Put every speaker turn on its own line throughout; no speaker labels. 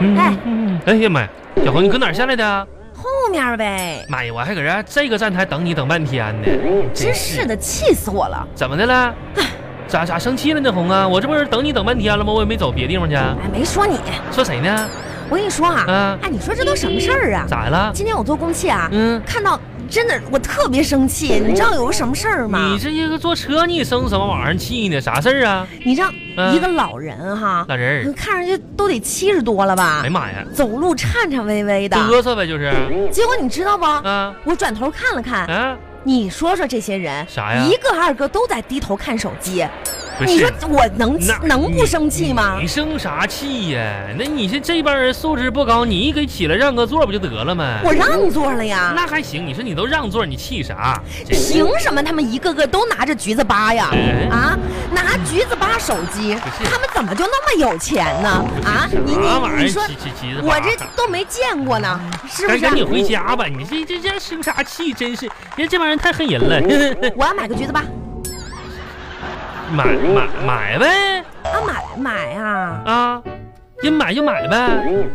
嗯
哎
嗯，嗯哎呀妈呀，小红，你搁哪儿下来的啊？
后面呗。
妈呀，我还搁这儿这个站台等你等半天呢，
真是的，气死我了！
怎么的了？咋咋生气了呢？红啊，我这不是等你等半天了吗？我也没走别地方去，啊
哎，没说你，
说谁呢？
我跟你说啊，
啊，
哎，你说这都什么事儿啊？
咋了？
今天我做公汽啊，
嗯，哦
看到真的我特别生气，你知道有个什么事儿吗
你？这一个坐车你生什么玩意儿气呢？啥事儿啊？
你知道
嗯
一个老人哈，
老人儿，
看上去都得七十多了吧
哎呀，嗯妈呀，
走路颤颤巍巍的。
嘚瑟呗就是，
结果你知道不？
啊
我转头看了看，
啊，
你说说这些人，
啥呀
一个二个都在低头看手机。
不
你
是
说。我能气
那
嗯能不生气吗
你？你生啥气呀？那你这这帮人素质不高，你给起来让个座不就得了吗？
我让座了呀，
那还行，你说你都让座，你气啥？这
凭什么他们一个个都拿着橘子八呀？
哎
啊，拿橘子八手机
不，是
他们怎么就那么有钱呢？啊，你
啥玩
你
意儿？
你说，
急急急的吧，
我这都没见过呢，是不
赶
是？
赶紧回家吧！你这这这生啥气？真是，人家这帮人太恨人了。
我要买个橘子八
买买买呗
啊，买买啊！
啊！人买就买呗。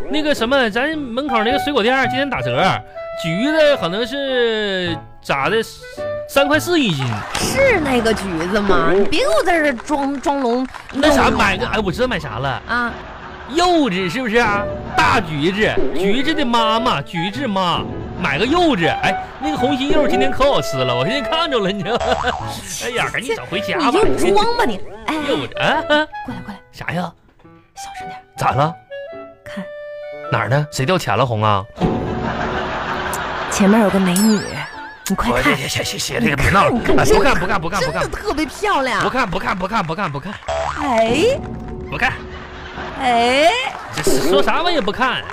那个什么，咱门口那个水果店今天打折，橘子可能是咋的，三块四一斤。
是那个橘子吗？你别给我在这儿装装聋。
哦那啥，
弄
买个哎，我知道买啥了，
啊？
柚子是不是啊？大橘子，橘子的妈妈，橘子妈，买个柚子。哎，那个红心柚今天可好吃了，我今天看着了，你知道吗？哎呀，赶紧找回家
你
吧。
就装吧你！哎，
柚子啊啊，
过来过来，
啥呀？
小声点，
咋了？
看
哪儿呢？谁掉钱了？红啊！
前面有个美女，你快看，
行行行行，这个别闹了，哎
真
不看不看不看不
真的
看
特别漂亮
不。看不看不看不看不看
哎
不看，
哎，
这是说啥我也不看，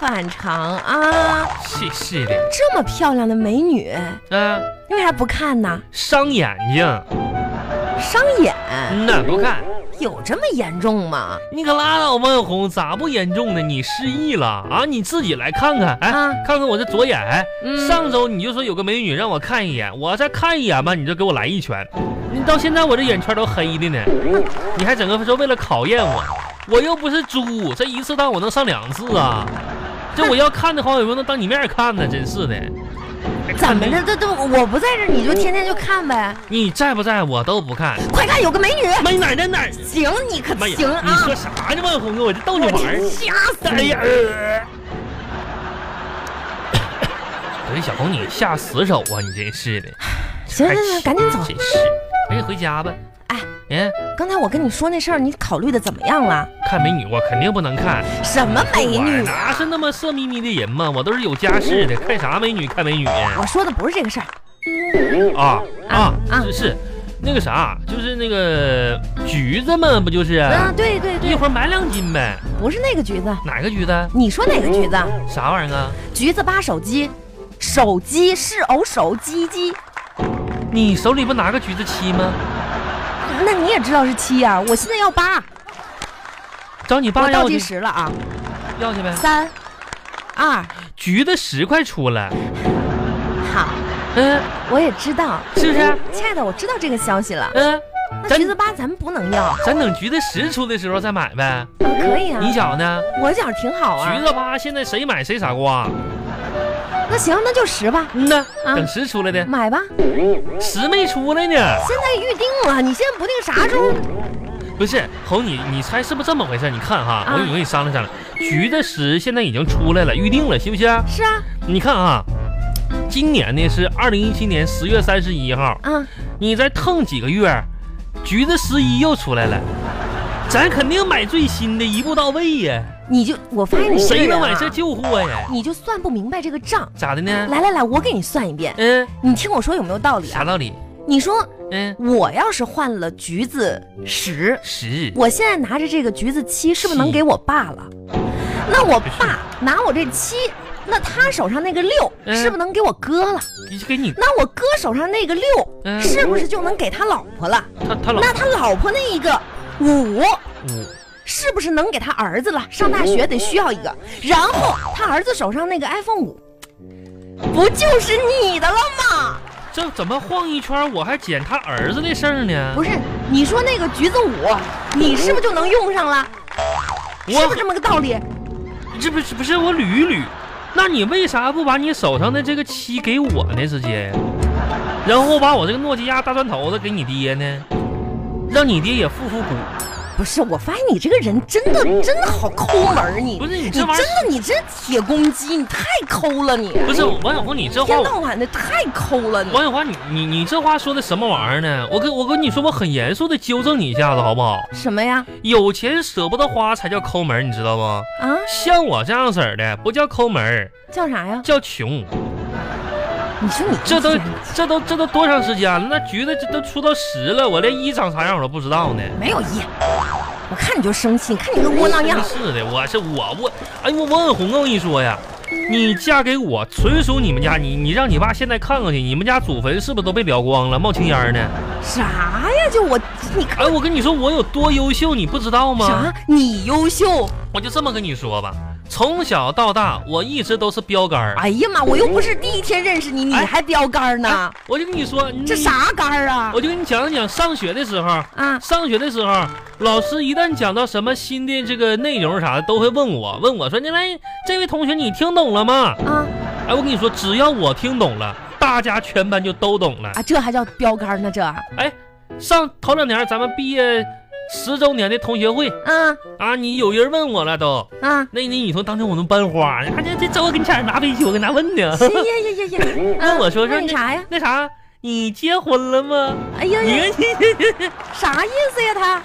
反常啊！
是是的，
这么漂亮的美女，
嗯、
你为啥不看呢？
伤眼睛，
伤眼
嗯呐不看，
有这么严重吗？
你可拉倒吧，红，咋不严重呢？你失忆了啊？你自己来看看，哎，
啊
看看我这左眼，哎
嗯
上周你就说有个美女让我看一眼，我再看一眼吧，你就给我来一拳，你到现在我这眼圈都黑的呢，你还整个说为了考验我，我又不是猪，这一次当我能上两次啊？这我要看的话，我有没有能当你面看呢？真是的，还
怎
看
么
美
的？这这我不在这儿，你就天天就看呗。
你在不在我都不看，
快看，有个美女。
妈你哪儿在哪儿？
行，你可
妈呀，
行
你
啊！
说啥呢？万红啊，我这逗你玩儿。
吓死
哎
你！
呀，呃 不是小红，你下死手啊！你真是的，哎
行行行，赶紧走。
真是，赶紧回家吧。
哎，
嗯，
刚才我跟你说那事儿，你考虑的怎么样了？
看美女我肯定不能看，哎
什么美
我
女
哪
啊？
是那么色眯眯的人嘛？我都是有家室的，看啥美女看美女啊
我说的不是这个事儿。
啊
啊啊
是是，那个啥，就是那个橘子嘛，不就是？
啊，对对
一
对，
会儿买两斤呗。
不是那个橘子。
哪个橘子？
你说哪个橘子？
啥玩意儿啊？
橘子扒手机，手机是偶手机机。
你手里不拿个橘子七吗？
那你也知道是七啊，我现在要八，
找你
我
爸
倒
要
计
去，
时了啊，
要去呗。
三、二，
橘子十块出了，
好，
嗯，
我也知道，
是不是？
亲爱的，我知道这个消息了。
嗯，
那
咱
橘子八咱们不能要，啊
咱等橘子十出的时候再买呗。
可以啊，
哦你觉呢？
我觉得挺好啊
橘。子吧，现在谁买谁傻瓜。
那行，那就十吧，
嗯呐，
啊
等十出来的，
买吧。
十没出来呢。
现在预定了，你现在不定啥时候
嗯不是红，你你猜是不是这么回事？你看哈，
啊
我我给你商量商量，橘子十现在已经出来了，预定了，信不信？
是啊
你看啊，今年呢是二零一七年十月三十一号，
啊，
你再腾几个月，橘子十一又出来了，咱肯定买最新的，一步到位呀。
你就我发现你这
谁
个
能
人
往
啊
这，救货呀？
你就算不明白这个账。
咋的呢？
来来来，我给你算一遍，
嗯，
你听我说有没有道理
啥
啊？
道理？
你说
嗯，
我要是换了橘子十，
十
我现在拿着这个橘子七，是不是能
七
给我爸了？那我爸拿我这七，那他手上那个六，
嗯
是不是能给我哥了？
就给你
那我哥手上那个六，
嗯
是不是就能给他老婆了？
他他老
那他老婆那一个五，
五
是不是能给他儿子了？上大学得需要一个，然后他儿子手上那个 iPhone 五，不就是你的了吗？
这怎么晃一圈，我还捡他儿子的事儿呢？
不是，你说那个橘子五，你是不是就能用上了？是不是
我
这么个道理？
这不是不是我捋一捋，那你为啥不把你手上的这个漆给我呢？直接，然后把我这个诺基亚大砖头子给你爹呢，让你爹也复复古。
不是，我发现你这个人真的真的好抠门儿，你
不是你
你
这
真
玩意儿
的你这铁公鸡，你太抠了你，
不是王小红，你这
一
话
哎天
我
到晚的太抠了你。
王小花，你你你这话说的什么玩意儿呢？我跟我跟你说，我很严肃的纠正你一下子好不好？
什么呀？
有钱舍不得花才叫抠门儿，你知道吗？
啊，
像我这样式儿的不叫抠门儿，
叫啥呀？
叫穷。
你说你
这都
一天
这都这都多长时间了？那橘子这都出到十了，我连一长啥样我都不知道呢。
没有一，我看你就生气，你看你个窝囊样
真。是的，我是我我，哎我王永红，我跟你说呀，你嫁给我纯属你们家，你你让你爸现在看看去，你们家祖坟是不是都被燎光了，冒青烟儿呢？
啥呀？就我，你看
哎，我跟你说我有多优秀，你不知道吗？
啥？你优秀？
我就这么跟你说吧，从小到大我一直都是标杆儿。
哎呀妈，我又不是第一天认识你，你
哎
还标杆儿呢？
我就跟你说，你
这？啥杆儿啊？
我就跟你讲一讲上学的时候，
啊，
上学的时候，老师一旦讲到什么新的这个内容啥的，都会问我，问我说：“你来，这位同学，你听懂了吗
啊？”
哎，我跟你说，只要我听懂了，大家全班就都懂了。
啊！这还叫标杆呢？这啊，
上头两年咱们毕业十周年的同学会啊，你有人问我了都，
啊！
那你你说当天我们班花，啊这这周我给你家人拿杯酒，给拿问 呢。
哎呀呀呀呀！
那我说
那
说
嗯你啥呀？
那啥，你结婚了吗？
哎呀
你
呀，
看你
啥意思呀他？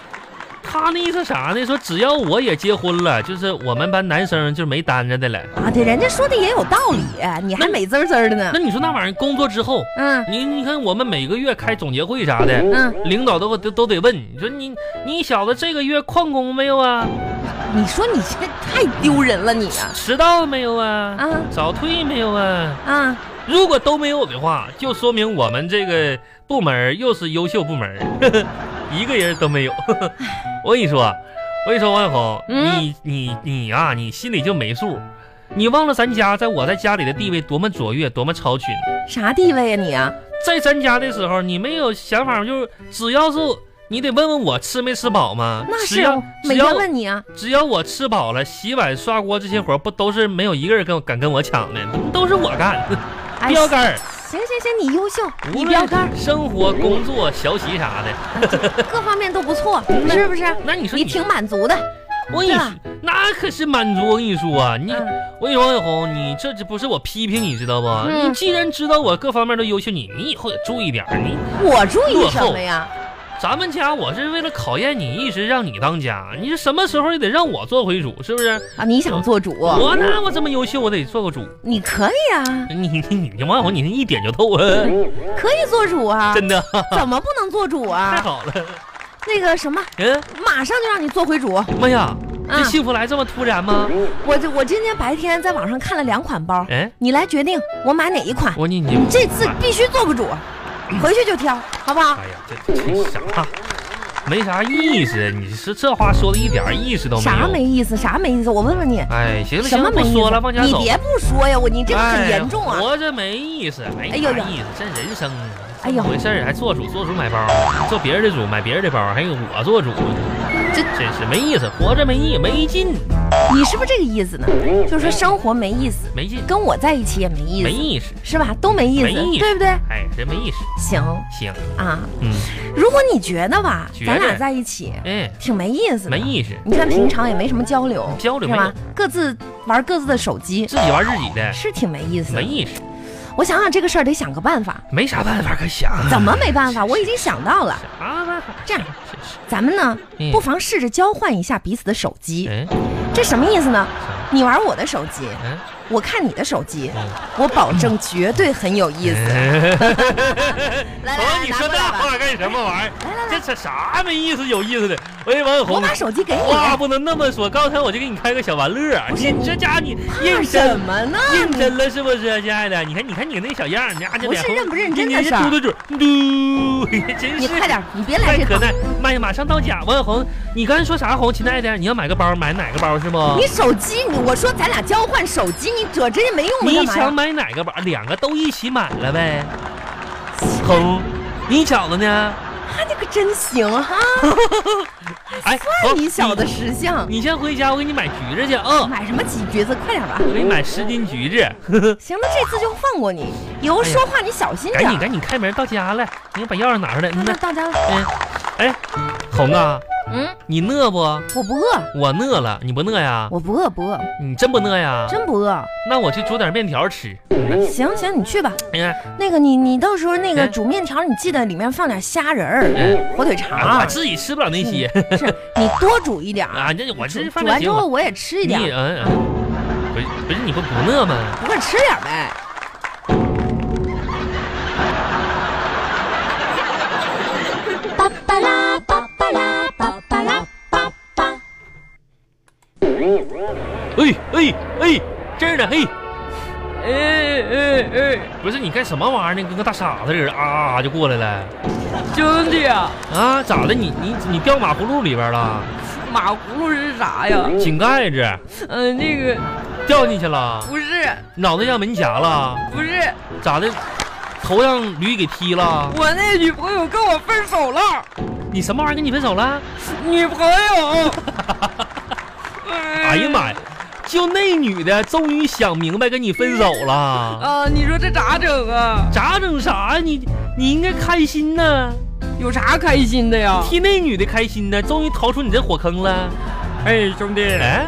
他那意思啥呢？说只要我也结婚了，就是我们班男生就没单着的了。
啊，对，人家说的也有道理，哎你还美滋滋儿的呢
那。你说那玩意儿工作之后，
嗯
你你看我们每个月开总结会啥的，
嗯，
领导都都都得问你说你你小子这个月旷工没有啊？
你说你这太丢人了，你啊
迟到了没有啊？
啊
早退没有啊？
啊！
如果都没有的话，就说明我们这个部门儿又是优秀部门儿， 一个人都没有。 我跟你说，啊我跟你说，王小红，
嗯
你你你啊，你心里就没数。你忘了咱家在我在家里的地位多么卓越，多么超群。
啥地位呀你啊？
在咱家的时候，你没有想法，就是只要是你得问问我吃没吃饱吗？
那
只
是啊
要
每
只要
天问你啊，
只要我吃饱了，洗碗刷锅这些活儿不都是没有一个人跟我敢跟我抢的，都是我干。
哎
标杆儿，
行行行，你优秀，
无
你标杆儿啊
论生活、工作、学习啥的，
各方面都不错，是不是？
那你说
你挺满足的，
我跟你
是
说
吧，
那可是满足。我跟你说啊，你
嗯
我跟你说，王小红，你这这不是我批评你知道不？
嗯
你既然知道我各方面都优秀，你你以后也注意点儿。你
我注意
落
什
后
么呀？
咱们家我是为了考验你，一直让你当家，你是什么时候也得让我做回主，是不是？
啊，你想做主，
我哪我这么优秀，我得做个主。
你可以啊，
你你你你王小红，你一点就透啊，
可以做主啊，
真的
怎么不能做主
太
啊？
好了。
那个什么，
嗯，
马上就让你做回主。
妈呀，这
嗯
幸福来这么突然吗？
我这我今天白天在网上看了两款包，
哎，
你来决定我买哪一款。
我你你
你这次必须做不主，回去就挑，好不好？
哎呀，这这啥，没啥意思。你是这话说的一点意思都没有。
啥没意思？啥没意思？我问问你，
哎，行了
什
行
么
了，
没
不
意
说了，
思
往？家
你
走。
别不说呀，我你这个很严重啊
哎！活着没意思，没啥
哎呦呦
意思，这人生啊，
哎呦
怎么回事儿还做主做主买包，做别人的主买别人的包，还有我做主，
这
真是没意思，活着没意没劲，
你是不是这个意思呢？就是说生活没意思，
没劲，
跟我在一起也没意
哎没
思，
意思，
是吧？都没意
没意思
思，对不对？
哎，真没意思。
行
行，
啊，
嗯，
如果你觉得吧，
觉得
咱俩在一起
哎，
挺没意思的
没。意思，
你看平常也没什么交流，
交流
是
没
吧
有？
各自玩各自的手机，
自己玩自己的，
是挺没意思的
没。意思，
我想想这个事儿得想个办法，
没啥办法可想。啊
怎么没办法？我已经想到了，
啥办法？
这样
是是，
咱们呢
嗯
不妨试着交换一下彼此的手机。
嗯
这什么意思呢？
啥
你玩我的手机，
嗯
我看你的手机，
嗯。
我保证绝对很有意 思。来来
瞅
来，
你
拿
说
过
这
来吧，
话干什么玩意儿？这这啥没意思？有意思的，喂，王小
我
红，
把手机给你，啊
话不能那么说。刚才我就给你开个小玩乐儿，你这家伙你
怕
认
什
真
么呢？
认
你
真了是不是，亲爱的？你看你看你那小样儿，你家这
不是
脸红
认不认真的
你
事儿
嘟嘟嘴，嘟， 真
你
是
快点，你别来
太
这
可
套。
耐。妈呀，马上到家，王小红，你刚才说啥红？亲爱的，你要买个包，买哪个包是不
你？手机，你我说咱俩交换手机，你这真没用的干
你
嘛
想
呀？
买哪个包？两个都一起买了呗。红，你小子呢？哦
他那个真行哈！
哎，好
算你小子识相。
你先回家，我给你买橘子去啊！
买什么杞橘子？快点吧。
我给你买十斤橘子，呵呵
行了，这次就放过你。以后
哎呀
说话你小心
赶
点
紧
儿。
赶紧开门到家了，你把钥匙拿出来。嗯
到家
呐，
到家了。
嗯，哎，红啊，
嗯，
你饿不？
我不饿，
我饿了，你不饿呀？
我不饿，不饿，
你真不饿呀？
真不饿。
那我去煮点面条吃。嗯呐
行行，你去吧。
哎呀，
那个你你到时候那个
嗯
煮面条，你记得里面放点虾仁儿、火腿肠
啊，我
儿。
自己吃不了那些
是你多煮一点儿。
啊，那我这
嗯煮
饭
煮
量
完之
行。
后我也吃一
你
点
嗯
儿，
嗯，不是不是你不不饿吗？
不过吃点儿呗。
巴巴拉巴巴拉巴巴拉巴巴。
哎哎哎，这儿呢，嘿。哎哎哎！不是你干什么玩意儿呢？跟个大傻子似的，啊啊啊就过来了。
兄弟啊，
啊，咋的？你你你掉马葫芦里边了？
马葫芦是啥呀？
井盖子
嗯、那个
掉进去了，
不是
脑袋让门夹了，
不是，
咋的？头让驴给踢了？
我那女朋友跟我分手了，
你什么玩意儿跟你分手了？
女朋友。
哎
哎
呀妈
呀！
呀！ 就那女的终于想明白跟你分手了，
啊，你说这咋整啊？
咋整啥呀？你你应该开心呐，
有啥开心的呀？
替那女的开心呢，终于逃出你这火坑了。
哎，兄弟，
哎，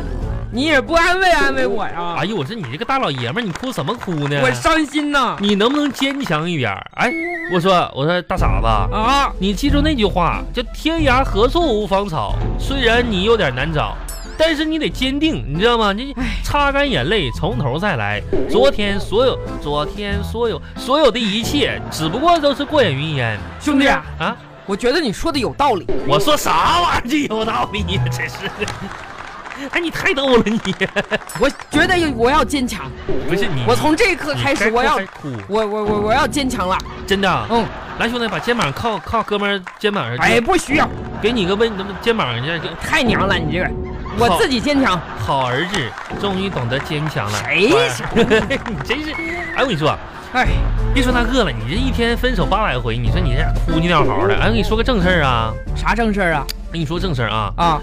你也不安慰安慰我呀？
哎呦，我说你这个大老爷们儿，你哭什么哭呢？
我伤心呐！
你能不能坚强一点儿？哎，我说我说大傻子，
啊，
你记住那句话，叫天涯何处无芳草。虽然你有点难找，但是你得坚定，你知道吗？你擦干眼泪，从头再来。昨天所有，昨天所有，所有的一切，只不过都是过眼云烟
兄弟，
啊！
我觉得你说的有道理。
我说啥玩意儿就有道理呀，真是 的。哎，你太逗了你！
我觉得我要坚强，
不是你，
我从这一刻开
嗯
始，
你
我要
该啊哭还哭，
我我我我要坚强了。
真的。
嗯，
来，兄弟，把肩膀靠靠哥们儿肩膀上去，
哎，不需要。
给你个温，那么肩膀上去。
太娘了，你这个人！我自己坚强。
好儿子终于懂得坚强了。
谁
乖儿你 真是，哎，我跟你说，
哎，
别说那个了，你这一天分手八百回，你说你这哭唧尿嚎的。哎，我跟你说个正事儿啊，
啥正事儿啊？
跟你说正事儿啊，
啊，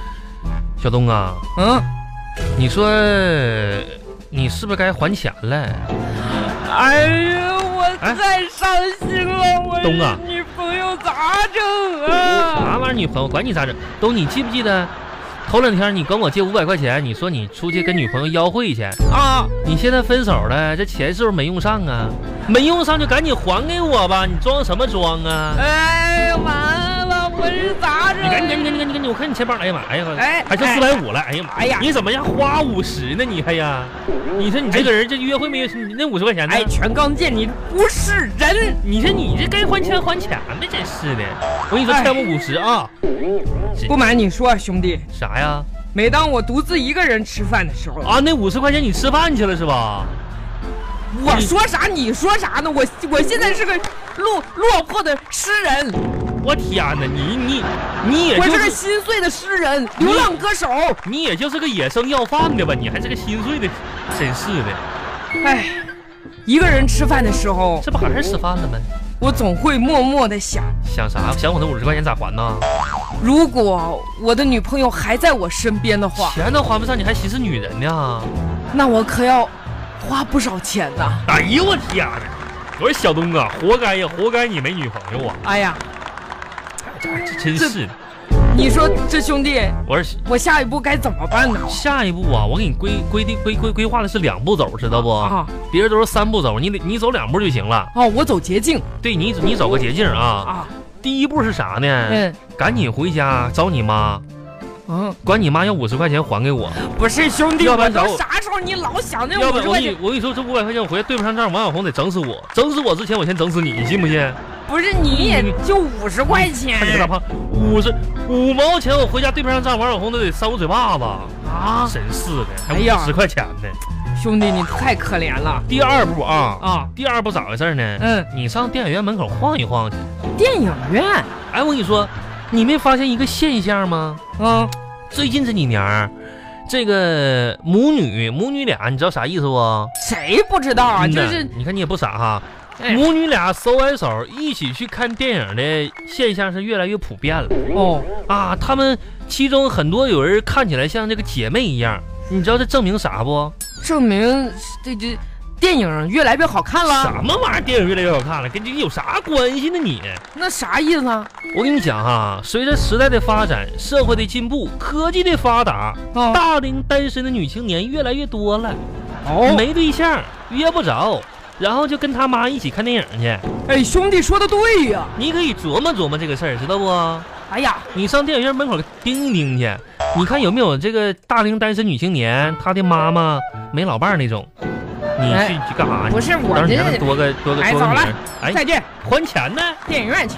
小东啊，
嗯，
你说呃你是不是该还钱了？
哎呀，我
哎
太伤心了，我
东啊
女朋友咋整啊？
啥玩意儿女朋友，管你咋整？东，你记不记得头两天你跟我借五百块钱，你说你出去跟女朋友邀会去，
啊，
你现在分手了，这钱是不是没用上啊？没用上就赶紧还给我吧，你装什么装啊？
哎，完了，我是咋整
你？赶紧赶紧赶紧赶紧赶紧！我看你钱包，哎呀妈，哎呀，
哎
还剩
哎
四百五了，哎呀妈，
哎呀
你怎么样花五十呢？你还呀？你说你这个人，这约会没有你那五十块钱呢？
哎，全刚见你不是人，
你说你这该还钱还钱呗，真是的。我跟你说，
哎
欠我五十啊？
不瞒你说，啊兄弟，
啥呀？
每当我独自一个人吃饭的时候，
啊，那五十块钱你吃饭去了是吧？
我说啥你说啥呢？我我现在是个落落魄的诗人，
我天哪，你你你也
我
就是是
个心碎的诗人，流浪歌手。
你也就是个野生要饭的吧？你还是个心碎的，真是的，
哎，一个人吃饭的时候，
这不还是吃饭了吗？
我总会默默的想，
想啥？想我那五十块钱咋还呢？
如果我的女朋友还在我身边的话，
钱都还不上，你还歧视女人呢？
那我可要花不少钱呐、
哎呦我天哪！我说小东啊，活该呀，活该你没女朋友啊！
哎呀，
哎这真是的。
你说这兄弟，
我说
我下一步该怎么办呢？
下一步啊，我给你规规定规规规划的是两步走，知道不？
啊
别人都是三步走，你得你走两步就行了。
哦，我走捷径
对你你走个捷径啊。
啊，
第一步是啥呢？
嗯
赶紧回家找你妈，
嗯，
管你妈要五十块钱还给我，
不是兄弟，
要不
我
然找
都
我
啥时候你老想那
要不
五
然
十
我
块
跟你
钱？
我跟你说，这五百块钱我回来对不上账，王小红得整死我，整死我之前我先整死你，你信不信？
不是你也就五十块
嗯看你个大
钱
胖，五十五毛钱我回家对不上账，王小红都得扇我嘴巴子。
啊，
真是的，还
哎呀
五十块钱呢。
兄弟你太可怜了
第二步啊，
啊！
第二步咋回事呢？
嗯，
你上电影院门口晃一晃去。
电影院，
哎，我跟你说，你没发现一个现象吗？
嗯，
最近这几年儿，这个母女母女俩，你知道啥意思不？
谁不知道啊？
嗯
就
呐
是
你看你也不傻哈，
哎
母女俩手挽手一起去看电影的现象是越来越普遍了
哦，
啊！他们其中很多有人看起来像这个姐妹一样，你知道这证明啥不？
证明这这电影越来越好看了，
什么玩意儿？电影越来越好看了，跟这有啥关系呢你？
那啥意思啊？
我跟你讲哈、随着时代的发展、社会的进步、科技的发达，
哦
大龄单身的女青年越来越多了，
哦，
没对象约不着，然后就跟他妈一起看电影去。
哎，兄弟说的对呀、
你可以琢磨琢磨这个事儿，知道不？
哎呀，
你上电影院门口盯一盯去，你看有没有这个大龄单身女青年，她的妈妈没老伴儿那种，你
哎
去去干啥去？
不是我
到时候你
这
让她多个多个
哎
多个
走
名
了
儿，哎，
再见，
还钱呢？
电影院去。